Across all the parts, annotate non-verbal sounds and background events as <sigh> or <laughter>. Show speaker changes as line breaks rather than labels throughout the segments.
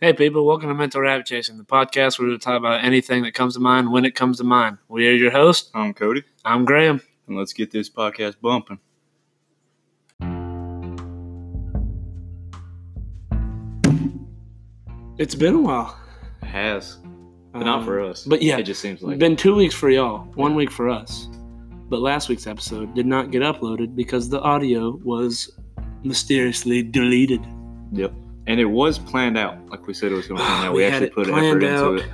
Hey, people, welcome to Mental Rabbit Chasing, the podcast where we talk about anything that comes to mind when it comes to mind. We are your host.
I'm Cody,
I'm Graham.
and let's get this podcast bumping.
It's been a while.
It has, but
Um,
not for us.
But yeah,
it just seems like
been two weeks for y'all, one week for us. But last week's episode did not get uploaded because the audio was mysteriously deleted.
yep. And it was planned out, like we said it was going to plan out.
Ah, We
We,
had
actually
it
put
planned
effort
out.
into it.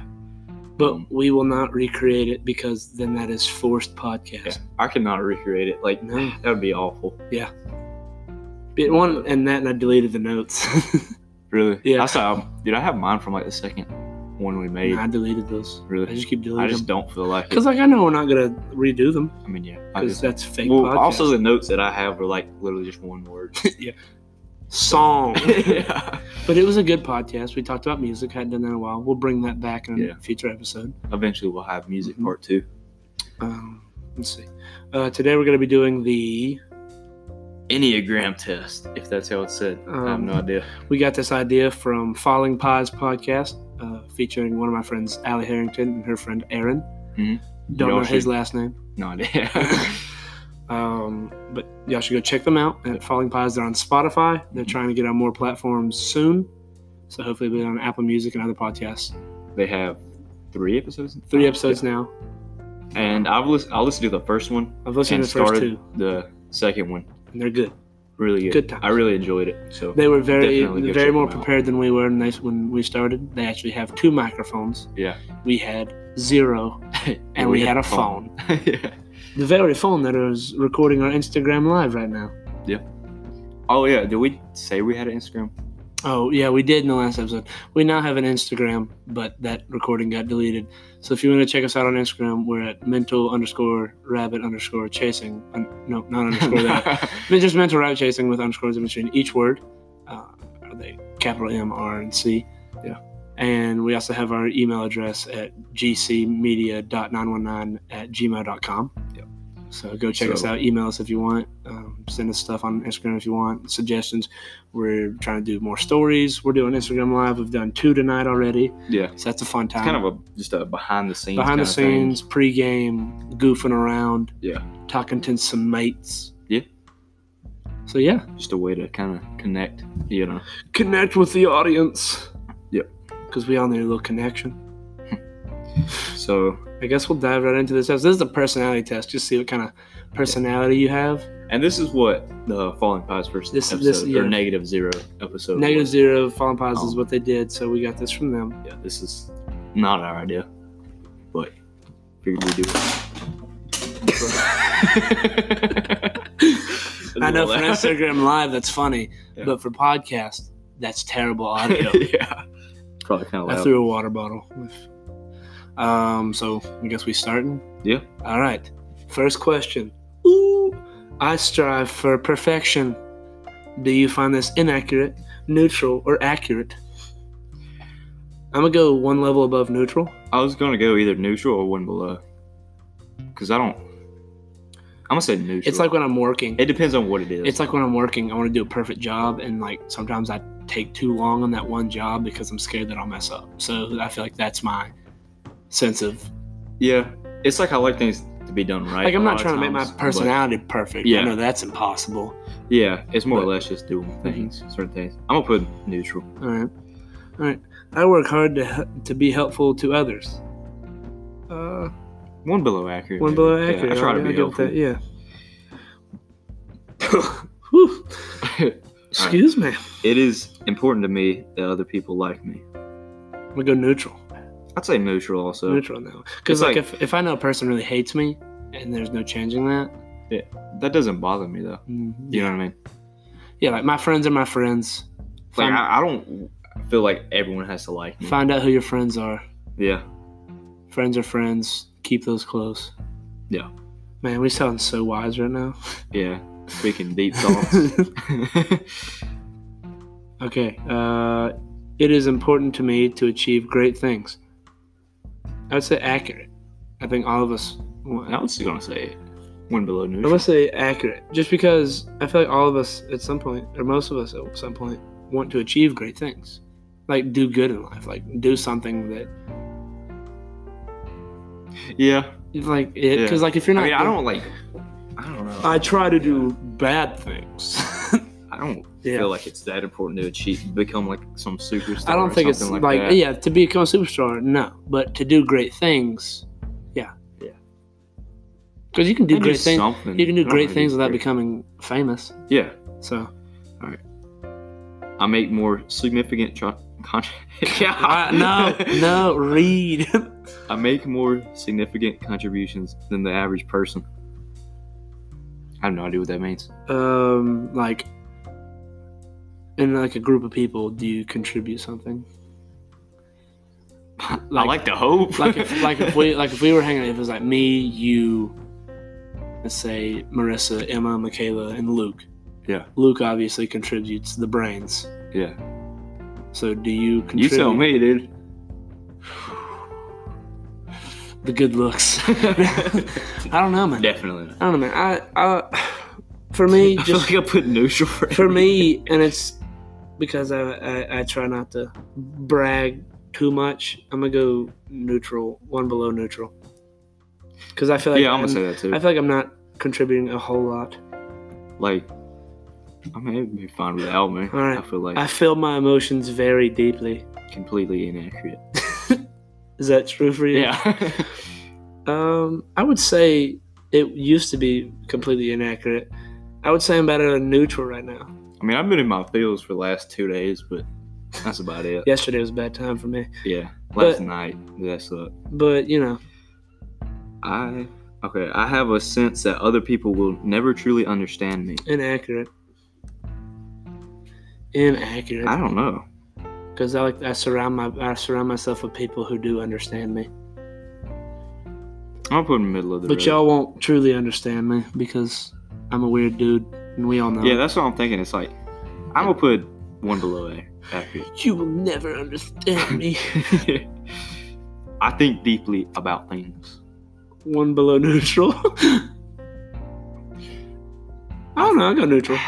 Mm.
But we will not recreate it because then that is forced podcast.
Yeah, I could not recreate it. Like
No.
that would be awful.
It one and that, and I deleted the notes. <laughs>
Really?
Yeah.
I saw, dude. I have mine from like the second one we made.
I deleted those. I
really.
just keep
I
deleting
just
them
don't feel like it.
because, like, I know we're not gonna redo them
I mean, yeah. I
because
just,
that's fake.
well,
podcast.
also the notes that I have were like literally just
<laughs>
one word. <laughs>
song.
yeah.
<laughs> but it was a good podcast. We talked about music. Hadn't done that in a while. We'll bring that back in a
Yeah.
future episode.
Eventually, we'll have music
Mhm.
part two.
Um, let's see. Uh, today we're gonna be doing the.
Enneagram test, if that's how it's said. I have
Um,
no idea.
We got this idea from Falling Pies podcast, uh, featuring one of my friends, Allie Harrington, and her friend Aaron.
Mhm.
Don't
Y'all
know his
should-
last name. <laughs>
No idea.
Um, but y'all should go check them out at Falling Pies. They're on Spotify. They're
Mhm.
trying to get on more platforms soon. So hopefully they'll be on Apple Music and other podcasts.
they have three episodes.
Three episodes now.
And I've listened. I listened to the first one
I've listened
and
to the first
started
two,
the second one.
and they're good.
Really good.
Good times.
I really enjoyed it. So
They were very,
Definitely go
very
check
more
them out.
prepared than we were when they- when we started. They actually have two microphones.
Yeah.
We had zero, and we had a phone.
<laughs> yeah.
<laughs> The very phone that is recording our Instagram live right now.
Oh yeah. Did we say we had an Instagram?
Oh yeah, we did in the last episode. We now have an Instagram, but that recording got deleted. So if you want to check us out on Instagram, we're at mental underscore rabbit underscore chasing. Un- no, not <laughs> <laughs> underscore that. But just mental rabbit chasing with underscores in between each word. Uh, are they capital M, R, and C?
Yeah.
And we also have our email address at gcmedia.919 at gmail.com.
Yep.
So go check us
So-
out. Email us if you want. Um, send us stuff on Instagram if you want. Suggestions. We're trying to do more stories. We're doing Instagram Live. We've done two tonight already.
<laughs> yeah.
So that's a fun time.
It's kind of a just a behind the scenes.
Um, Behind the
kind of thing.
scenes, pregame, goofing around.
Yeah.
Talking to some mates.
Yeah.
So yeah.
Just a way to kind of connect. You know.
connect with the audience.
Yep.
Because we all need a little connection.
So
I guess we'll dive right into this. This is the personality test. Just see what kind of personality you have.
and this is what the Falling Pies first
This-
episode
this- yeah.
or negative zero episode.
Negative
was.
zero, fallen pies is
Oh.
what they did. So we got this from
<laughs>
them.
Yeah. This is not our idea, but figured we'd do it.
I
<laughs>
know for Instagram Live, that's funny.
Yeah.
But for podcast, that's terrible
<laughs>
audio.
yeah. Probably kind
I
of loud.
threw a water bottle. Um, so I guess we starting.
Yeah.
All right. First question. Ooh, I strive for perfection. Do you find this inaccurate, neutral, or accurate? I'm gonna go one level above neutral.
I was gonna go either neutral or one below, because I don't. I'm gonna say neutral.
It's like when I'm working.
it depends on what it is.
It's like when I'm working, I want to do a perfect job, and like sometimes I take too long on that one job because I'm scared that I'll mess up. So I feel like that's my sense of
yeah. It's like I like things to be done right.
like I'm
a
not
lot of
trying to make my
times, but
personality perfect. I
Yeah.
know that's impossible.
Yeah, it's more
but- Mhm.
or less just doing things, certain things. I'm gonna put neutral.
All right, all right. I work hard to to be helpful to others. Uh,
One below accurate.
one
maybe.
below
Yeah,
accurate.
I try
I'll-
to be
I'll give
helpful.
it that, yeah. <laughs> Whew. Excuse me.
<laughs> it is important to me that other people like me.
I'm gonna go neutral.
I'd say neutral also.
neutral now. Because
It's
like,
like-
if if I know a person really hates me and there's no changing that. mm,
That doesn't bother me though. You know what I mean?
Yeah, like my friends are my friends.
Like
Find,
I, I don't feel like everyone has to like me.
find out who your friends are.
Yeah.
Friends are friends. Keep those close.
Yeah.
Man, we sound so wise right now.
Yeah, speaking
<laughs>
deep thoughts. <laughs>
okay. Uh, it is important to me to achieve great things. I would say accurate. I think all of us.
And I
Want,
was just gonna say it. one below
I
neutral.
would say accurate, just because I feel like all of us at some point, or most of us at some point, want to achieve great things. like do good in life, like do something that
Yeah.
like it because
Yeah.
like if you're
I
not,
mean, I
doing-
don't like. I don't know.
I try to do bad things. <laughs>
I don't
yeah,
feel like it's that important to achieve, become like some superstar.
I
or
don't think it's
something
like,
like that.
yeah to become a superstar, no, but to do great things, yeah,
Yeah.
Because you can do
I
great things.
something.
You can
I
do
don't
great
know,
things without
great.
becoming famous.
Yeah, <laughs>
So
I make more significant cho- con- <laughs> yeah.
<laughs> I, no, <laughs> no, read.
<laughs>
<laughs>
I make more significant contributions than the average person. I have no idea what that means.
um, like in like a group of people, do you contribute
<laughs>
something?
I
Like-
like the hope.
like if like if we like if we were hanging out, if it was like me, you, let's say Marissa, Emma, Michaela, and Luke.
Yeah.
Luke obviously contributes the brains.
<laughs> yeah,
So do you contribute
you tell me, dude.
the good
<laughs>
looks? I don't know, man.
Definitely. Not.
I don't know, man. I, I for me
<laughs> I feel
just
like I put neutral for,
for me, and it's because I, I I try not to brag too much. I'm gonna go neutral, one below neutral, because I feel like
yeah,
I'm-
I'm gonna say that too.
I feel like I'm not contributing a whole lot.
like, I mean, it'd be fine without me.
All right.
I feel like
I feel my emotions very deeply.
completely inaccurate.
Is that true for you?
Yeah. <laughs>
Um, I would say it used to be completely inaccurate. I would say I'm about at a neutral right now.
I mean, I've been in my fields for the last two days, but that's
<laughs>
about it.
Yesterday was a bad time for me,
Yeah.
But-
Last night, that's up.
but you know,
I okay. I have a sense that other people will never truly understand me.
inaccurate. Inaccurate.
I don't know.
because I like I surround my I surround myself with people who do understand me.
I'll put in the middle of the.
But
road.
y'all won't truly understand me because I'm a weird dude, and we all know.
Yeah,
it.
that's what I'm thinking. It's like I'm gonna put one below a <laughs> accurate.
you will never understand me.
I think deeply about things.
One below neutral. <laughs> I don't know. I go neutral.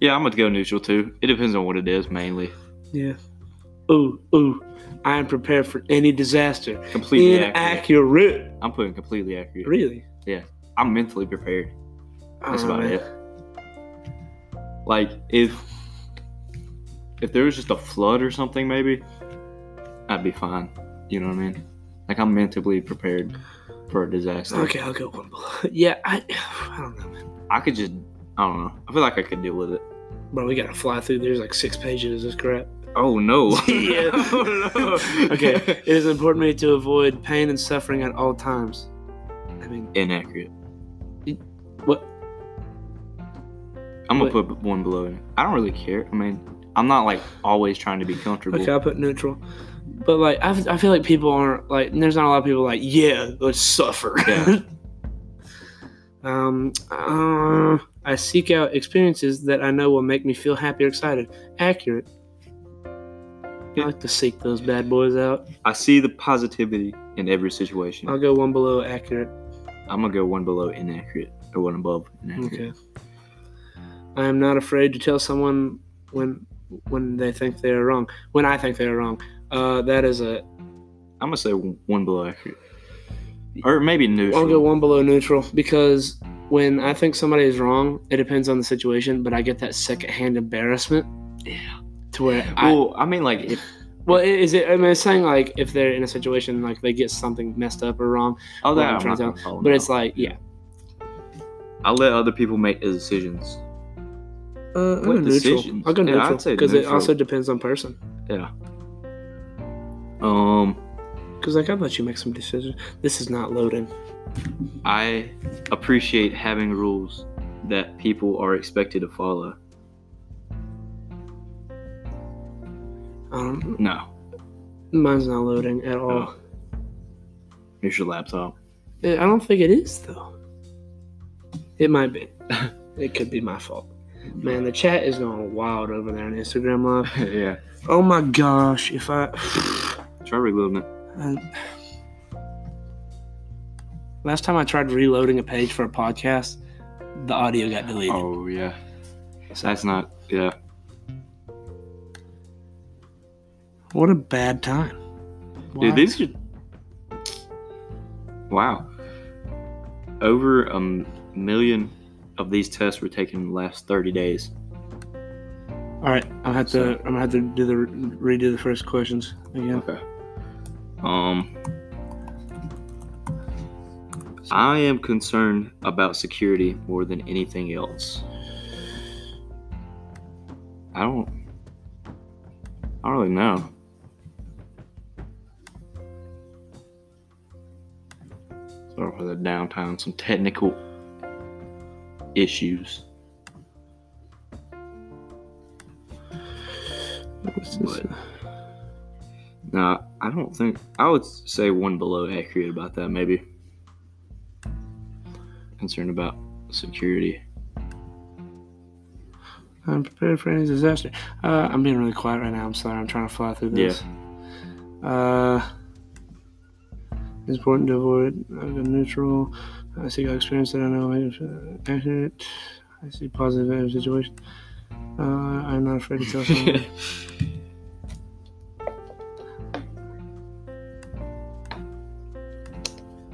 Yeah, I'm gonna go neutral too. It depends on what it is mainly.
Yeah. Ooh, ooh. I am prepared for any disaster.
Completely accurate.
Inaccurate.
I'm putting completely accurate.
Really?
I'm mentally prepared.
I
That's
don't know,
about
man.
it. Like if if there was just a flood or something, maybe I'd be fine. You know what I mean? Like I'm mentally prepared for a disaster.
Okay, I'll go one below. <laughs> Yeah, I, <sighs> I don't know, man.
I could just I don't know. I feel like I could deal with it.
Bro, we gotta fly through. There's like six pages of this
<laughs>
crap.
Oh no.
<laughs>
<laughs>
Yeah.
Oh, no.
<laughs> Okay, it is important to me to avoid pain and suffering at all times. I mean,
Inaccurate.
what?
I'm gonna
Wait.
put one below it. I don't really care. I mean, I'm not like always trying to be comfortable.
Okay, I put neutral, but like I, I feel like people aren't like. There's not a lot of people like, yeah, let's suffer.
Yeah.
<laughs> um, uh, I seek out experiences that I know will make me feel happy or excited. Accurate. I
Yeah.
like to seek those bad boys out.
I see the positivity in every situation.
I'll go one below accurate.
I'm gonna go one below inaccurate or one above inaccurate.
Okay. I am not afraid to tell someone when when they think they are wrong. When I think they are wrong. Uh, that is a.
I'm gonna say one below accurate, or maybe neutral.
I'll go one below neutral because when I think somebody is wrong, it depends on the situation, but I get that secondhand embarrassment. Yeah. To where I well,
Well, I mean, like, if,
i- is it? I mean, it's saying like if they're in a situation like they get something messed up or wrong,
oh,
What
that
I'm
I'm
trying
not
to
gonna follow
but
now.
it's like yeah.
I let other people make the decisions.
Uh, I'll
What
go neutral.
decisions?
I'll go
Yeah, I'd
neutral
say
because it
neutral.
also depends on person.
Um,
Because like I let you make some decisions. This is not loading.
I appreciate having rules that people are expected to follow.
Um,
No,
Mine's not loading at all.
Oh. here's your laptop. <laughs>
Eh, I don't think it is though. It might
<laughs>
be. it could be my fault. Man, the chat is going wild over there on Instagram Live.
yeah,
Oh my gosh! If I, <sighs>
try reloading it.
I- last time I tried reloading a page for a podcast, the audio got deleted.
Oh yeah, that's not. Yeah,
What a bad time.
Dude,
Why?
these are. Wow. Over a m- million of these tests were taken in the last 30 days.
All right, I'll have to. I'm gonna have to do the redo the first questions again.
Okay. Um. I am concerned about security more than anything else. I don't. I don't really know. Sorry for the downtime. Some technical issues.
What's this?
No, I don't think I would say one below accurate about that. Maybe concerned about security.
I'm prepared for any disaster. Uh, I'm being really quiet right now. I'm sorry. I'm trying to fly through this. Uh, it's important to avoid uh, the neutral. I seek out experience that I know is uh, accurate. I see positive in every situation. Uh, I'm not afraid to tell
<laughs>
someone.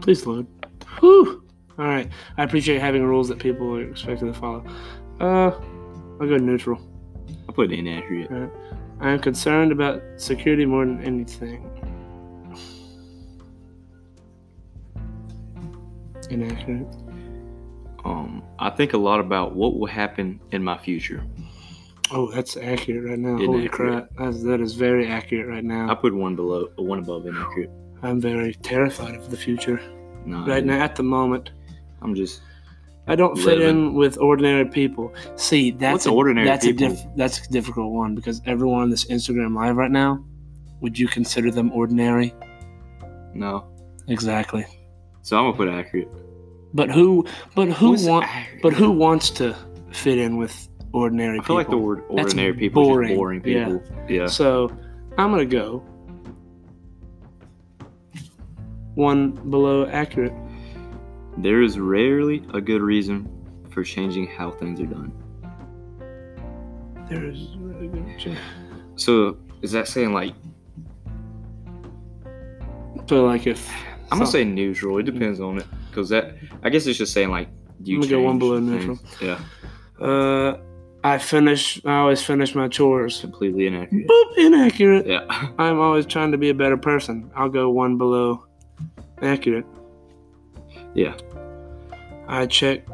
Please load. Whew. All right. I appreciate having rules that people are expected to follow. Uh, I'll go neutral.
I put inaccurate.
I am concerned about security more than anything. Inaccurate.
Um, I think a lot about what will happen in my future.
Oh, that's accurate right now. Holy
Inaccurate.
crap. That's, that is very accurate right
I
now.
put one below, one above inaccurate.
I'm very terrified of the future.
No,
Right now, at the moment,
I'm just
I don't fit
Living.
in with ordinary people. See, that's
What's
a,
ordinary
that's
people?
a diff, that's a difficult one because everyone on this Instagram live right now, would you consider them ordinary?
no.
Exactly.
So I'm gonna put accurate.
But who? But who
What's
wants?
accurate?
But who wants to fit in with ordinary
I
people?
feel like the word
That's
ordinary people is just
boring.
boring
Yeah.
people. Yeah.
So, I'm gonna go one below accurate.
There is rarely a good reason for changing how things are done.
There is really good chance.
So is that saying like
So, like if
I'm gonna
so-
say neutral. It depends on it, cause that I guess it's just saying like you.
I'm gonna go one
change
below
things. Yeah,
uh, I finish. I always finish my chores.
completely inaccurate.
Boop, inaccurate.
Yeah, <laughs>
I'm always trying to be a better person. I'll go one below accurate.
yeah.
I check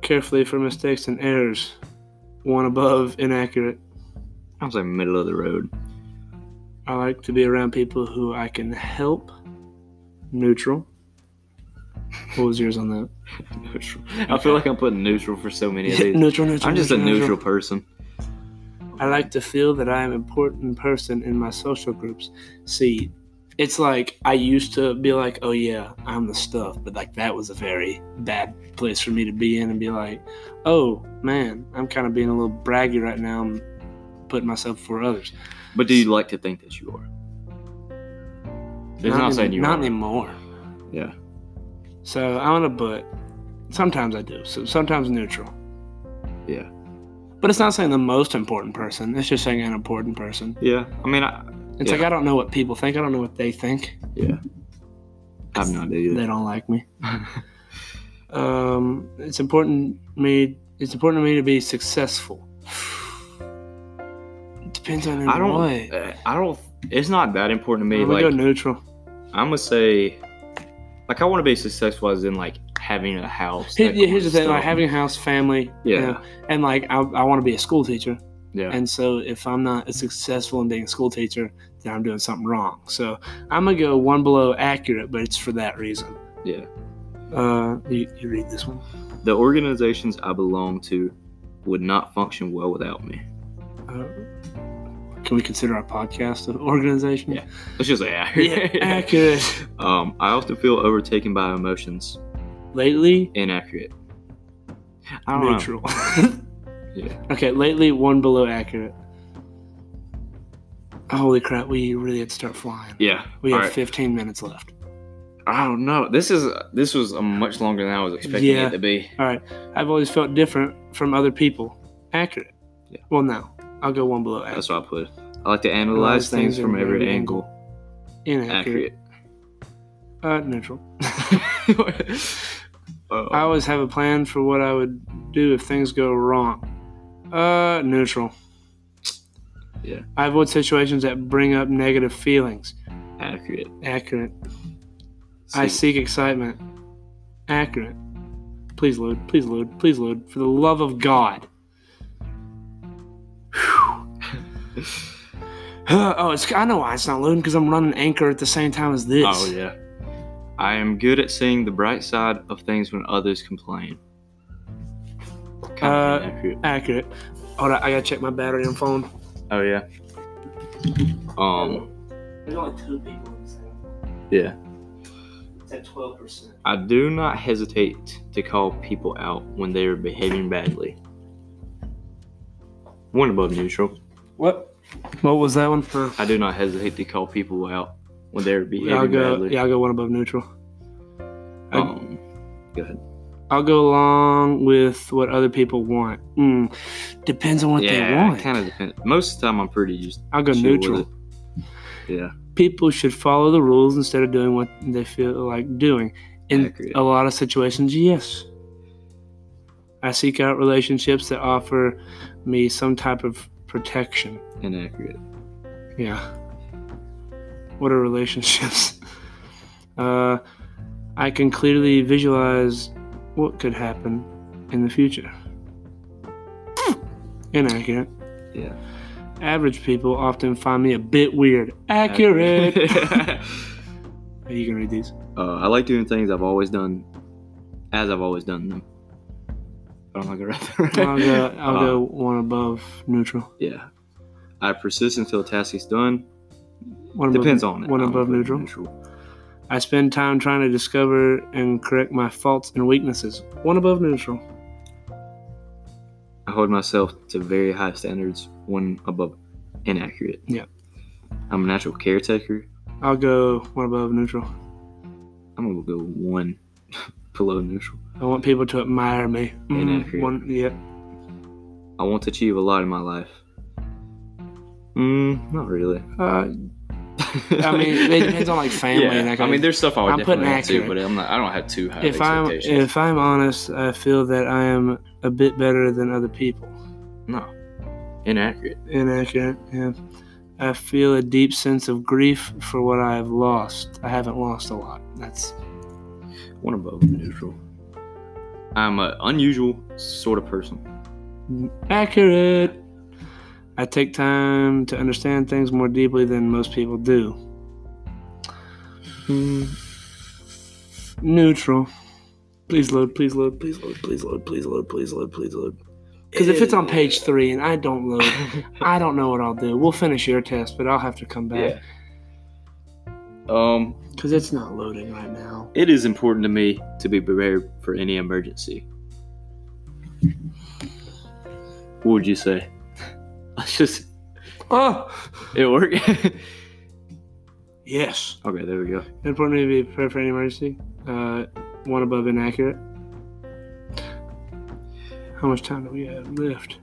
carefully for mistakes and errors. One above inaccurate.
I'm saying middle of the road.
I like to be around people who I can help. Neutral. What was yours on
<laughs>
that?
Neutral. I feel like I'm putting neutral for so many of these.
neutral, neutral.
I'm just a neutral person.
I like to feel that I am an important person in my social groups. See, it's like I used to be like, oh yeah, I'm the stuff, but like that was a very bad place for me to be in and be like, oh man, I'm kind of being a little braggy right now. I'm putting myself for others.
But do you like to think that you are? It's not,
any-
saying you
not
are.
anymore.
Yeah.
So I'm gonna but sometimes I do. So sometimes neutral.
Yeah.
But it's not saying the most important person. It's just saying an important person.
Yeah. I mean, I,
It's
Yeah.
like I don't know what people think. I don't know what they think.
I have no
They
idea.
don't like
<laughs>
me. Um, it's important me. It's important to me to be successful. It depends on in
I don't.
what way.
uh, I don't. It's not that important to me.
I'm gonna
Like
go neutral.
I'm gonna say, like I want to be successful as in like having a house.
Here-
that
yeah, here's the
kind
thing:
of
like
stuff.
having a house, family, you
Yeah.
know, and like I, I want to be a school teacher.
Yeah.
And so if I'm not as successful in being a school teacher, then I'm doing something wrong. So I'm gonna go one below accurate, but it's for that reason.
Yeah.
Uh, you, you read this one.
The organizations I belong to would not function well without me.
Uh, can we consider our podcast an organization?
Yeah. Let's just say
<laughs>
accurate. <laughs>
Yeah, accurate.
Um, I often feel overtaken by emotions.
Lately,
Inaccurate. I don't
neutral. <laughs>
know. Yeah.
okay, lately one below accurate. Holy crap! We really had to start flying.
Yeah.
We
All
have
right.
15 minutes left.
I don't know. This is this was a much longer than I was expecting
Yeah.
it to be.
I've always felt different from other people. Accurate.
Yeah.
Well, no, I'll go one below accurate.
That's what I put. I I like to analyze things
things
from
in
every
every
angle.
Inaccurate.
Accurate.
Uh, neutral.
<laughs> Uh,
I always have a plan for what I would do if things go wrong. Uh, neutral.
Yeah.
I avoid situations that bring up negative feelings.
accurate.
Accurate. I
See,
seek excitement. Accurate. Please load. Please load. Please load. For the love of God. Whew. <laughs> oh, it's, I know why it's not loading because I'm running anchor at the same time as this.
Oh yeah. I am good at seeing the bright side of things when others complain. Kind
Uh,
of inaccurate.
Accurate. Hold on, I gotta check my battery on phone.
Oh yeah. Um.
There's only two people in this thing.
Yeah.
It's at twelve percent.
I do not hesitate to call people out when they are behaving badly. One above neutral.
What? What was that one for?
I do not hesitate to call people out when they are behaving
Yeah, I'll go.
badly.
Yeah, I'll go one above neutral. I-
Um, go ahead.
I'll go along with what other people want. Mm, depends on what they
yeah,
want.
it kind of depends. Most of the time, I'm pretty used.
I'll go
chill
neutral.
with it. Yeah.
People should follow the rules instead of doing what they feel like doing. In
Accurate.
a lot of situations, yes. I seek out relationships that offer me some type of protection.
Inaccurate.
Yeah. What are relationships? <laughs> Uh, I can clearly visualize what could happen in the future. Inaccurate.
Yeah.
Average people often find me a bit weird.
<laughs>
Accurate. Are you gonna read these?
uh, I like doing things I've always done, as I've always done them. I don't like it right
I'll go. I'll
Uh,
go one above neutral.
Yeah. I persist until a task is done.
One
Depends
above,
on it.
One
I'm
above
pretty
neutral. I spend time trying to discover and correct my faults and weaknesses. One above neutral.
I hold myself to very high standards, one above inaccurate.
Yeah.
I'm a natural caretaker.
I'll go one above neutral.
I'm gonna go one <laughs> below neutral.
I want people to admire me.
Inaccurate.
one, yeah.
I want to achieve a lot in my life. Mm, not really.
Uh, I mean,
<laughs>
it depends on like family
Yeah,
and that kind
I mean,
of-
there's stuff I would
I'm putting
definitely
accurate.
want to, but I'm not. I don't have too high
if I'm
expectations.
if I'm honest, I feel that I am a bit better than other people.
no, inaccurate.
Inaccurate. Yeah. I feel a deep sense of grief for what I have lost. I haven't lost a lot. That's
One above neutral. I'm an unusual sort
<laughs>
of person. <laughs>
accurate. I take time to understand things more deeply than most people do. Hmm. Neutral. Please load, please load, please load, please load, please load, please load, please load. Because if it's on page three and I don't load, I don't know what I'll do. We'll finish your test, but I'll have to come
yeah.
back.
Um,
Because it's not loading right now.
it is important to me to be prepared for any emergency. What would you say? <laughs> Let's just
Oh!
it worked. <laughs> okay,
Yes.
there we go.
Important to be prepared for any emergency. Uh, one above inaccurate. How much time do we have left?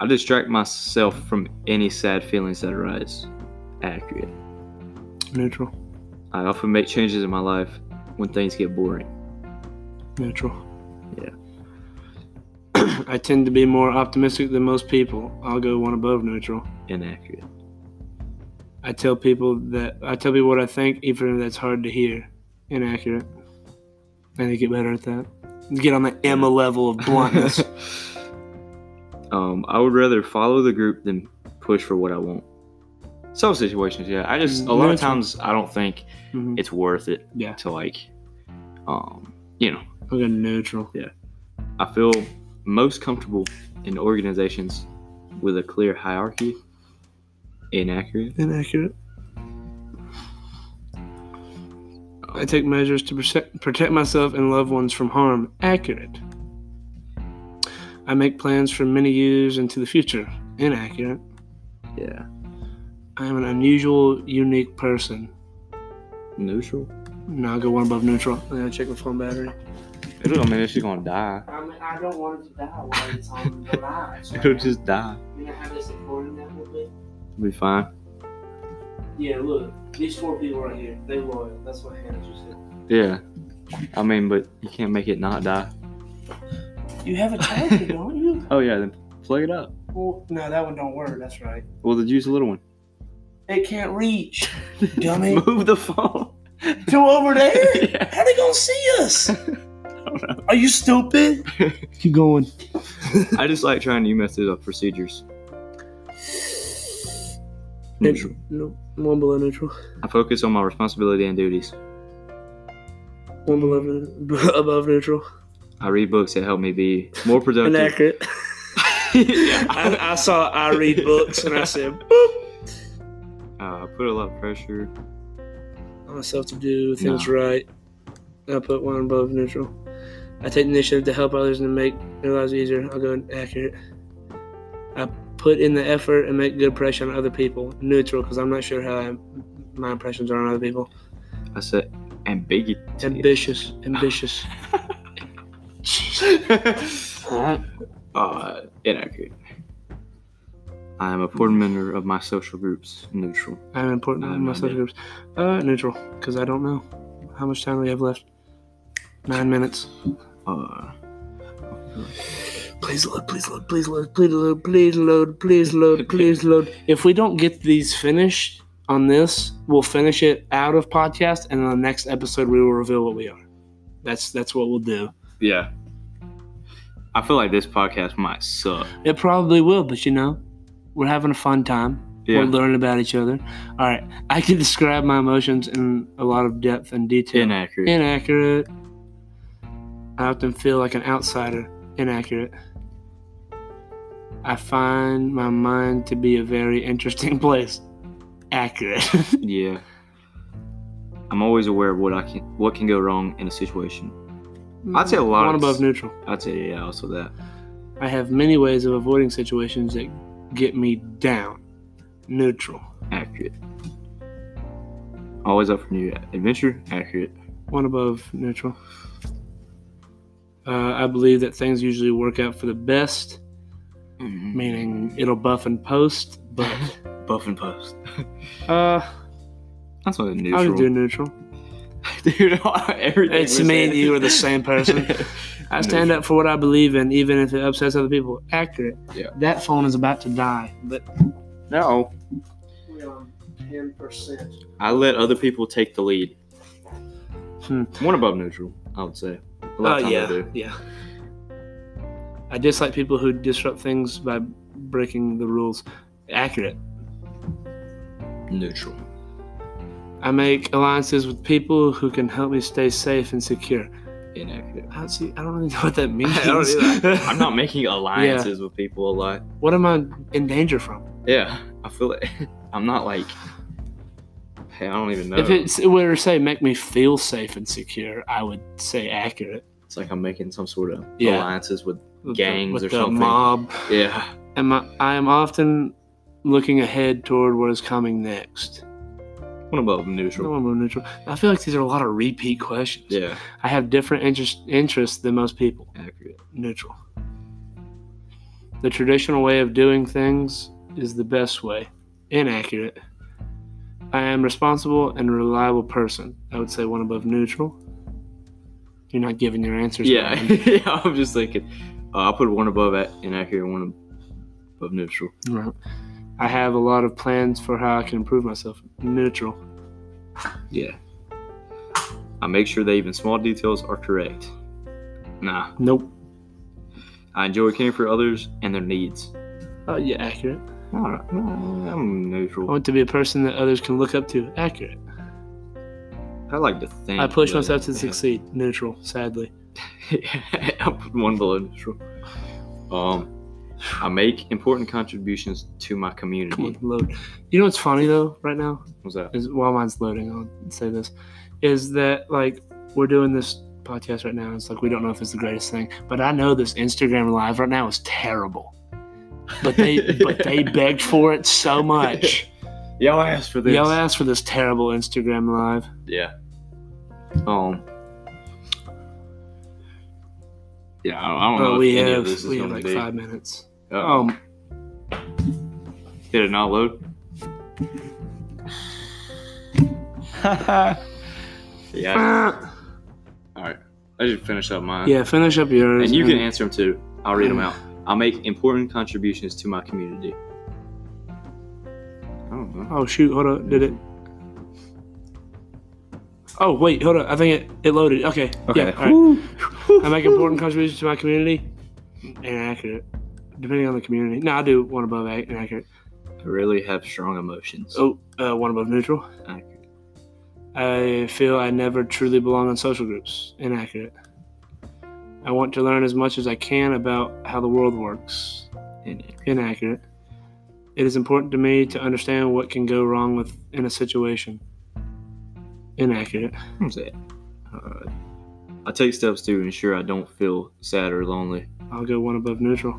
I distract myself from any sad feelings that arise. Accurate.
Neutral.
I often make changes in my life when things get boring.
Neutral.
Yeah.
<clears throat> I tend to be more optimistic than most people. I'll go one above neutral.
Inaccurate.
I tell people that I tell people what I think, even if that's hard to hear. Inaccurate. I need to get better at that. Get on the Emma level of bluntness.
<laughs> um, I would rather follow the group than push for what I want. Some situations, yeah. I just a lot of
Neutral.
times I don't think
Mhm.
it's worth it
Yeah.
to like, um, you know,
I'll go neutral.
I feel most comfortable in organizations with a clear hierarchy. Inaccurate.
Inaccurate. I take measures to protect, protect myself and loved ones from harm. Accurate. I make plans for many years into the future. Inaccurate.
Yeah.
I am an unusual, unique person.
Neutral.
Now I'll go one above neutral. I gotta check my phone battery.
It'll, I mean, it's just gonna die.
I mean, I don't want it to die while it's on the live.
<laughs> It'll just die.
You know how this recording that will be?
We'll be fine.
Yeah, look, these four people right here, they loyal. That's what Hannah just said.
Yeah. I mean, but you can't make it not die.
You have a character, don't you?
Oh yeah, then plug it up.
<laughs> Well, no, that one don't work. That's right.
Well, then use the little one.
It can't reach. Dummy.
<laughs> Move the phone.
Go over <laughs> there.
yeah.
How they gonna see <laughs> us? Are you stupid? <laughs> Keep going.
I just like trying new methods of procedures.
Neutral. No, one below neutral.
I focus on my responsibility and duties.
One below ne- above neutral.
I read books that help me be more productive.
Inaccurate.
<laughs>
<laughs>
Yeah.
I, I saw I read books and I said, boop.
Uh, I put a lot of pressure.
I want myself to do things right. I put one above neutral. I take initiative to help others and to make their lives easier. I'll go accurate. I put in the effort and make good impression on other people. Neutral, because I'm not sure how I, my impressions are on other people.
I said ambiguity.
Ambitious, ambitious.
<laughs> uh, inaccurate. I am a poor member of my social groups. Neutral.
I'm important
Nine,
in my
nine,
social
eight.
groups. Uh, neutral, because I don't know how much time we have left. Nine minutes.
Uh,
Please load, please load, please load, please load, please load, please load, please load. If we don't get these finished on this, we'll finish it out of podcast, and in the next episode we will reveal what we are. That's that's what we'll do.
yeah. I feel like this podcast might suck.
It probably will, but you know, we're having a fun time.
Yeah.
We're learning about each other. All right, I can <laughs> describe my emotions in a lot of depth and detail.
Inaccurate.
Inaccurate. I often feel like an outsider. Inaccurate. I find my mind to be a very interesting <laughs> place. Accurate.
yeah. I'm always aware of what I can, what can go wrong in a situation. <laughs> I'd say a lot
One
of-
above neutral.
I'd say yeah, also that.
I have many ways of avoiding situations that get me down. Neutral.
Accurate. Always up for new adventure. Accurate.
One above neutral. Uh, I believe that things usually work out for the best, meaning it'll buff and post, but
Mm-hmm. <laughs> Buff and post.
uh,
That's not a
I'll
neutral.
just do neutral.
<laughs> Dude, <laughs> everything.
It's me and you are the same person.
<laughs>
I stand up for what I believe in, even if it upsets other people. Accurate.
Yeah.
That phone is about to die, but
No,
we're on ten percent.
I let other people take the lead.
Hmm.
One above neutral, I would say. A
Oh
lot of times I
yeah,
do.
yeah. I dislike people who disrupt things by breaking the rules. Accurate.
Neutral.
I make alliances with people who can help me stay safe and secure.
Inaccurate.
I don't see. I don't really <laughs> know what that means.
<laughs> I don't either. <laughs> I'm not making alliances with people a lot.
<laughs> What am I in danger from?
Yeah, I feel like <laughs> I'm not like. Hey, I don't even know.
If it's, it were to say make me feel safe and secure, I would say accurate.
it's like I'm making some sort of
Yeah.
alliances with.
With
Gangs
the, with
or
the
something.
mob.
Yeah.
Am I, I am often looking ahead toward what is coming next.
One above
No
neutral.
one will neutral. I feel like these are a lot of repeat questions.
Yeah.
I have different interest, interests than most people.
Accurate.
Neutral. The traditional way of doing things is the best way. Inaccurate. I am responsible and reliable person. I would say one above neutral. You're not giving your answers.
Yeah. <laughs>
man.
yeah. I'm just thinking. Uh, I'll put one above at inaccurate, one above neutral.
Right. I have a lot of plans for how I can improve myself. Neutral.
Yeah. I make sure that even small details are correct. Nah.
Nope.
I enjoy caring for others and their needs.
Oh, yeah, accurate.
Alright, nah, I'm
I
neutral.
want to be a person that others can look up to. Accurate.
I like to think.
I push
but-
myself to
<laughs>
succeed. Neutral, sadly.
I'll put one below neutral. Um, I make important contributions to my
Come on,
community.
load. You know what's funny, though, right now?
What's that?
Is While mine's loading, I'll say this. Is that, like, we're doing this podcast right now. It's like we don't know if it's the greatest thing. But I know this Instagram live right now is terrible. But
<laughs>
they but they begged for it so much.
Y'all asked for <laughs> this.
Y'all asked for this terrible Instagram live.
Yeah. Um. Yeah, I I don't know.
Oh,
if
we
any of
have Oh,
this is uh,
we have <clears throat>
gonna
like
be-
five minutes.
Uh,
Um, <laughs>
Did it not load? Yeah.
Ah.
All right. I just finish up mine.
yeah, finish up yours.
And you can answer them too. I'll read them out. I'll make important contributions to my community. I don't know.
Oh shoot! Hold on. Did it? Oh wait, hold on. I think it, it loaded. Okay.
Okay.
Yeah, all right. I make important contributions to my community. Inaccurate, depending on the community. No, I do one above ac- inaccurate.
I really have strong emotions.
Oh, uh, one above neutral.
Accurate.
I feel I never truly belong in social groups. Inaccurate. I want to learn as much as I can about how the world works.
Inaccurate.
inaccurate. It is important to me to understand what can go wrong with in a situation. Inaccurate.
Who's that? Uh, I take steps to ensure I don't feel sad or lonely.
I'll go one above neutral.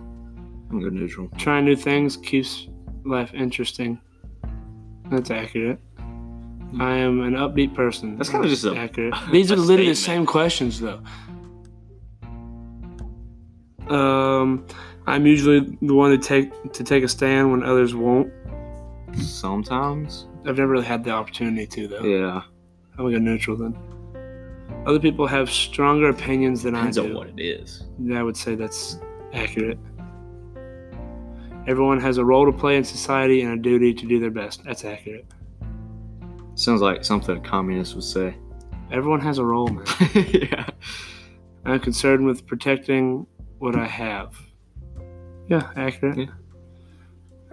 I'm good neutral.
Trying new things keeps life interesting. That's accurate. I am an upbeat person.
That's kinda just a- <laughs>
accurate. These are
a
literally the same
statement.
questions though. Um, I'm usually the one to take to take a stand when others won't.
Sometimes.
I've never really had the opportunity to though.
Yeah.
I'm gonna go neutral then. Other people have stronger opinions than I
Depends on
do.
what it is.
I would say that's accurate. Everyone has a role to play in society and a duty to do their best. That's accurate.
Sounds like something a communist would say. <laughs>
Everyone has a role, man.
yeah.
I'm concerned with protecting what I have. Yeah, accurate.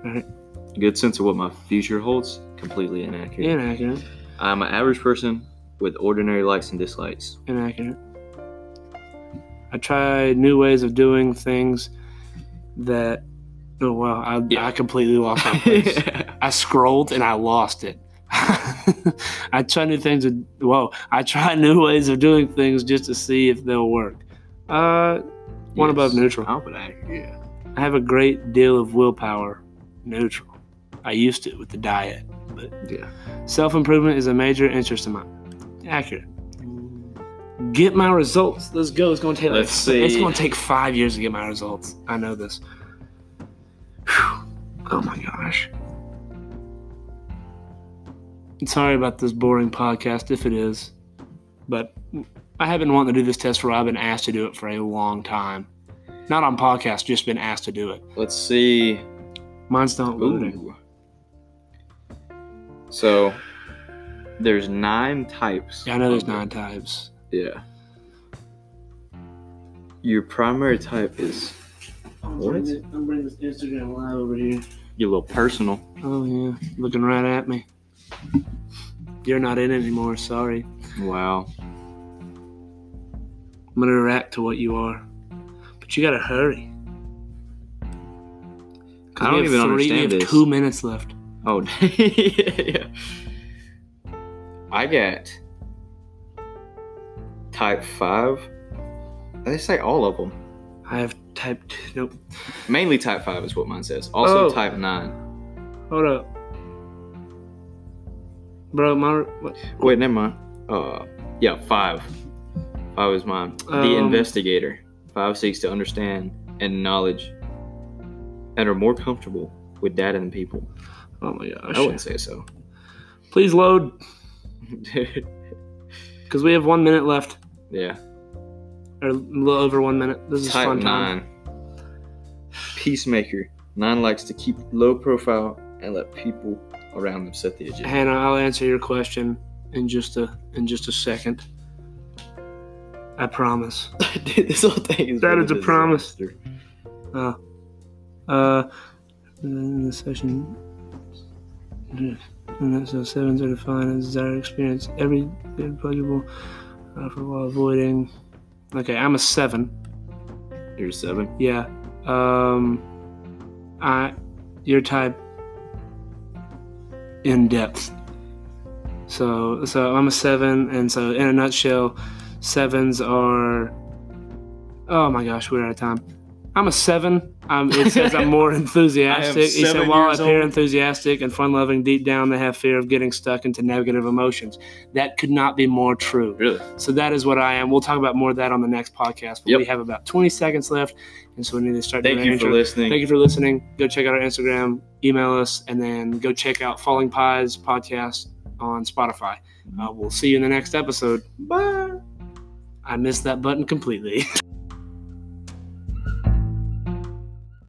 Yeah. Good sense of what my future holds. Completely inaccurate.
Inaccurate.
I'm an average person with ordinary likes
<laughs>
and dislikes.
Inaccurate. I try new ways of doing things that. Oh, wow. I,
Yeah.
I completely lost my
<laughs>
place. I scrolled and I lost it. <laughs> I try new things. Of, whoa! I try <laughs> new ways of doing things just to see if they'll work. Uh, One above neutral.
I would accurate. Yeah.
I have a great deal of willpower. Neutral. I used it with the diet.
Yeah.
Self improvement is a major interest of mine. Accurate. Get my results. Let's go. It's gonna take. like-
Let's see.
It's gonna take five years to get my results. I know this. Whew. Oh my gosh. Sorry about this boring podcast, if it is, but I have been wanting to do this test for. I've been asked to do it for a long time. Not on podcast, just been asked to do it.
Let's see.
Mine's not loading.
Ooh. So there's nine types.
Yeah, I know there's
of them.
nine types.
Yeah. Your primary type is
I'm
What?
bringing this- I'm bringing this Instagram live over here.
your little personal.
Oh yeah, looking right at me. You're not in it anymore. Sorry.
Wow.
I'm gonna react to what you are, but you gotta hurry. 'Cause
I don't
we have
even
three-
understand
We have
this.
two minutes left.
Oh, <laughs> yeah. I got type five. They say all of them.
I have typed. Nope.
Mainly type five is what mine says. Also
Oh.
type nine.
Hold up, bro. My what?
Wait, never mind. Uh, yeah, five. Five is mine. the
Um.
investigator. Five seeks to understand and knowledge, and are more comfortable with data than people.
Oh my gosh.
I wouldn't say so. <laughs>
Please load, because we have one minute left,
yeah.
or a little over one minute. This is
Type
fun time.
nine. Peacemaker. Nine likes to keep low profile and let people around them set the
<laughs>
agenda.
Hannah, I'll answer your question in just a in just a second. I promise.
Dude, this whole thing is
That
really
is a promise.
disaster.
Uh, in this session, and that's so sevens are defined as desired experience. Every good pleasurable offer while avoiding. Okay, I'm a seven.
You're a seven.
Yeah. Um, I, your type. In depth. So, so I'm a seven, and so in a nutshell, sevens are. Oh my gosh, we're out of time. I'm a seven. Um, it says I'm
<laughs>
more enthusiastic. He said,
seven
while I
years
appear
old."
enthusiastic and fun loving, deep down they have fear of getting stuck into negative emotions. That could not be more true.
Really?
So that is what I am. We'll talk about more of that on the next podcast. But
Yep.
we have about 20 seconds left. And so we need to start
Thank
doing
you
our
for
intro.
listening.
Thank you for listening. Go check out our Instagram, email us, and then go check out Falling Pies podcast on Spotify. Uh, we'll see you in the next episode.
Bye.
I missed that button completely. <laughs>